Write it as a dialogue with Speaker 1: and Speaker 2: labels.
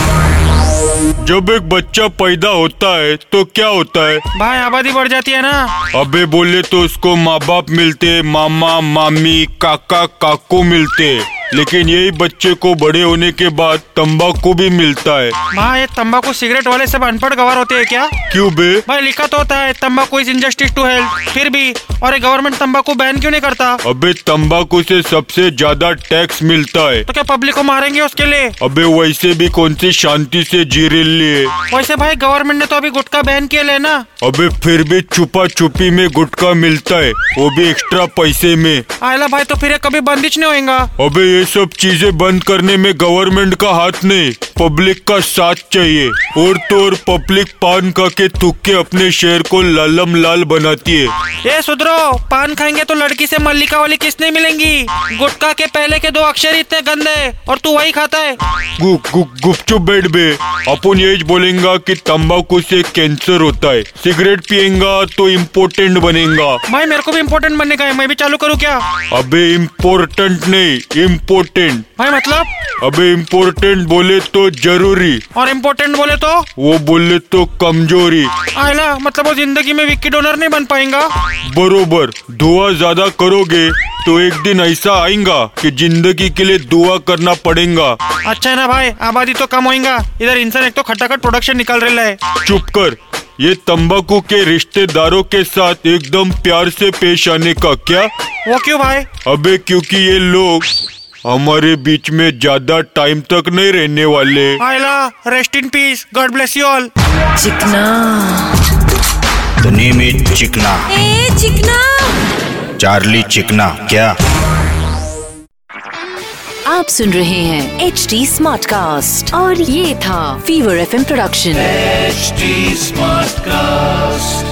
Speaker 1: जब एक बच्चा पैदा होता है तो क्या होता है
Speaker 2: भाई आबादी बढ़ जाती है ना
Speaker 1: अबे बोले तो उसको माँ बाप मिलते मामा मामी काका काकू मिलते लेकिन यही बच्चे को बड़े होने के बाद तंबाकू भी मिलता है
Speaker 2: माँ ये तंबाकू सिगरेट वाले सब अनपढ़ गवार होते हैं क्या
Speaker 1: क्यों बे
Speaker 2: भाई लिखा तो होता है तंबाकू इज इंजस्टिस टू हेल्थ फिर भी और ये गवर्नमेंट तंबाकू बैन क्यों नहीं करता
Speaker 1: अबे तंबाकू से सबसे ज्यादा टैक्स मिलता है
Speaker 2: तो क्या पब्लिक को मारेंगे उसके लिए
Speaker 1: अबे वैसे भी कौन सी शांति से जी रही है
Speaker 2: वैसे भाई गवर्नमेंट ने तो अभी गुटखा बैन किया है ना
Speaker 1: अबे फिर भी छुपा छुपी में गुटखा मिलता है वो भी एक्स्ट्रा पैसे में
Speaker 2: आयला भाई तो फिर ये कभी बंदिश नहीं होएगा
Speaker 1: अबे ये सब चीजें बंद करने में गवर्नमेंट का हाथ नहीं पब्लिक का साथ चाहिए और तो और पब्लिक पान खा के थूक के अपने शहर को लालम लाल बनाती है
Speaker 2: ये सुधरो पान खाएंगे तो लड़की से मल्लिका वाली किसने मिलेंगी गुटखा के पहले के दो अक्षर ही इतने गंदे हैं और तू वही खाता है
Speaker 1: गु, गु, गुपचुप बैठ बे अपन यही बोलेंगा कि तंबाकू से कैंसर होता है सिगरेट पिएगा तो इम्पोर्टेंट बनेगा
Speaker 2: भाई मेरे को भी इम्पोर्टेंट बनने का है मैं भी चालू करूँ क्या
Speaker 1: अबे इम्पोर्टेंट नहीं इम्पोर्टेंट
Speaker 2: भाई मतलब
Speaker 1: अबे इम्पोर्टेंट बोले तो जरूरी
Speaker 2: और इम्पोर्टेंट बोले तो
Speaker 1: वो बोले तो कमजोरी
Speaker 2: आयला मतलब वो जिंदगी में विक्की डोनर नहीं बन पाएगा
Speaker 1: बरोबर दुआ ज्यादा करोगे तो एक दिन ऐसा आएगा कि जिंदगी के लिए दुआ करना पड़ेगा
Speaker 2: अच्छा है ना भाई आबादी तो कम होएगा इधर इंसान एक तो खटाखट प्रोडक्शन निकाल रहा है
Speaker 1: चुप कर ये तंबाकू के रिश्तेदारों के साथ एकदम प्यार से पेश आने का क्या
Speaker 2: वो क्यों भाई
Speaker 1: अबे क्योंकि ये लोग हमारे बीच में ज्यादा टाइम तक नहीं रहने वाले
Speaker 2: आयला rest in peace God bless you all
Speaker 3: चिकना
Speaker 4: The name is चिकना
Speaker 3: ए चिकना
Speaker 4: चार्ली चिकना क्या
Speaker 3: आप सुन रहे हैं एच डी स्मार्ट कास्ट और ये था fever F production
Speaker 5: HD Smartcast.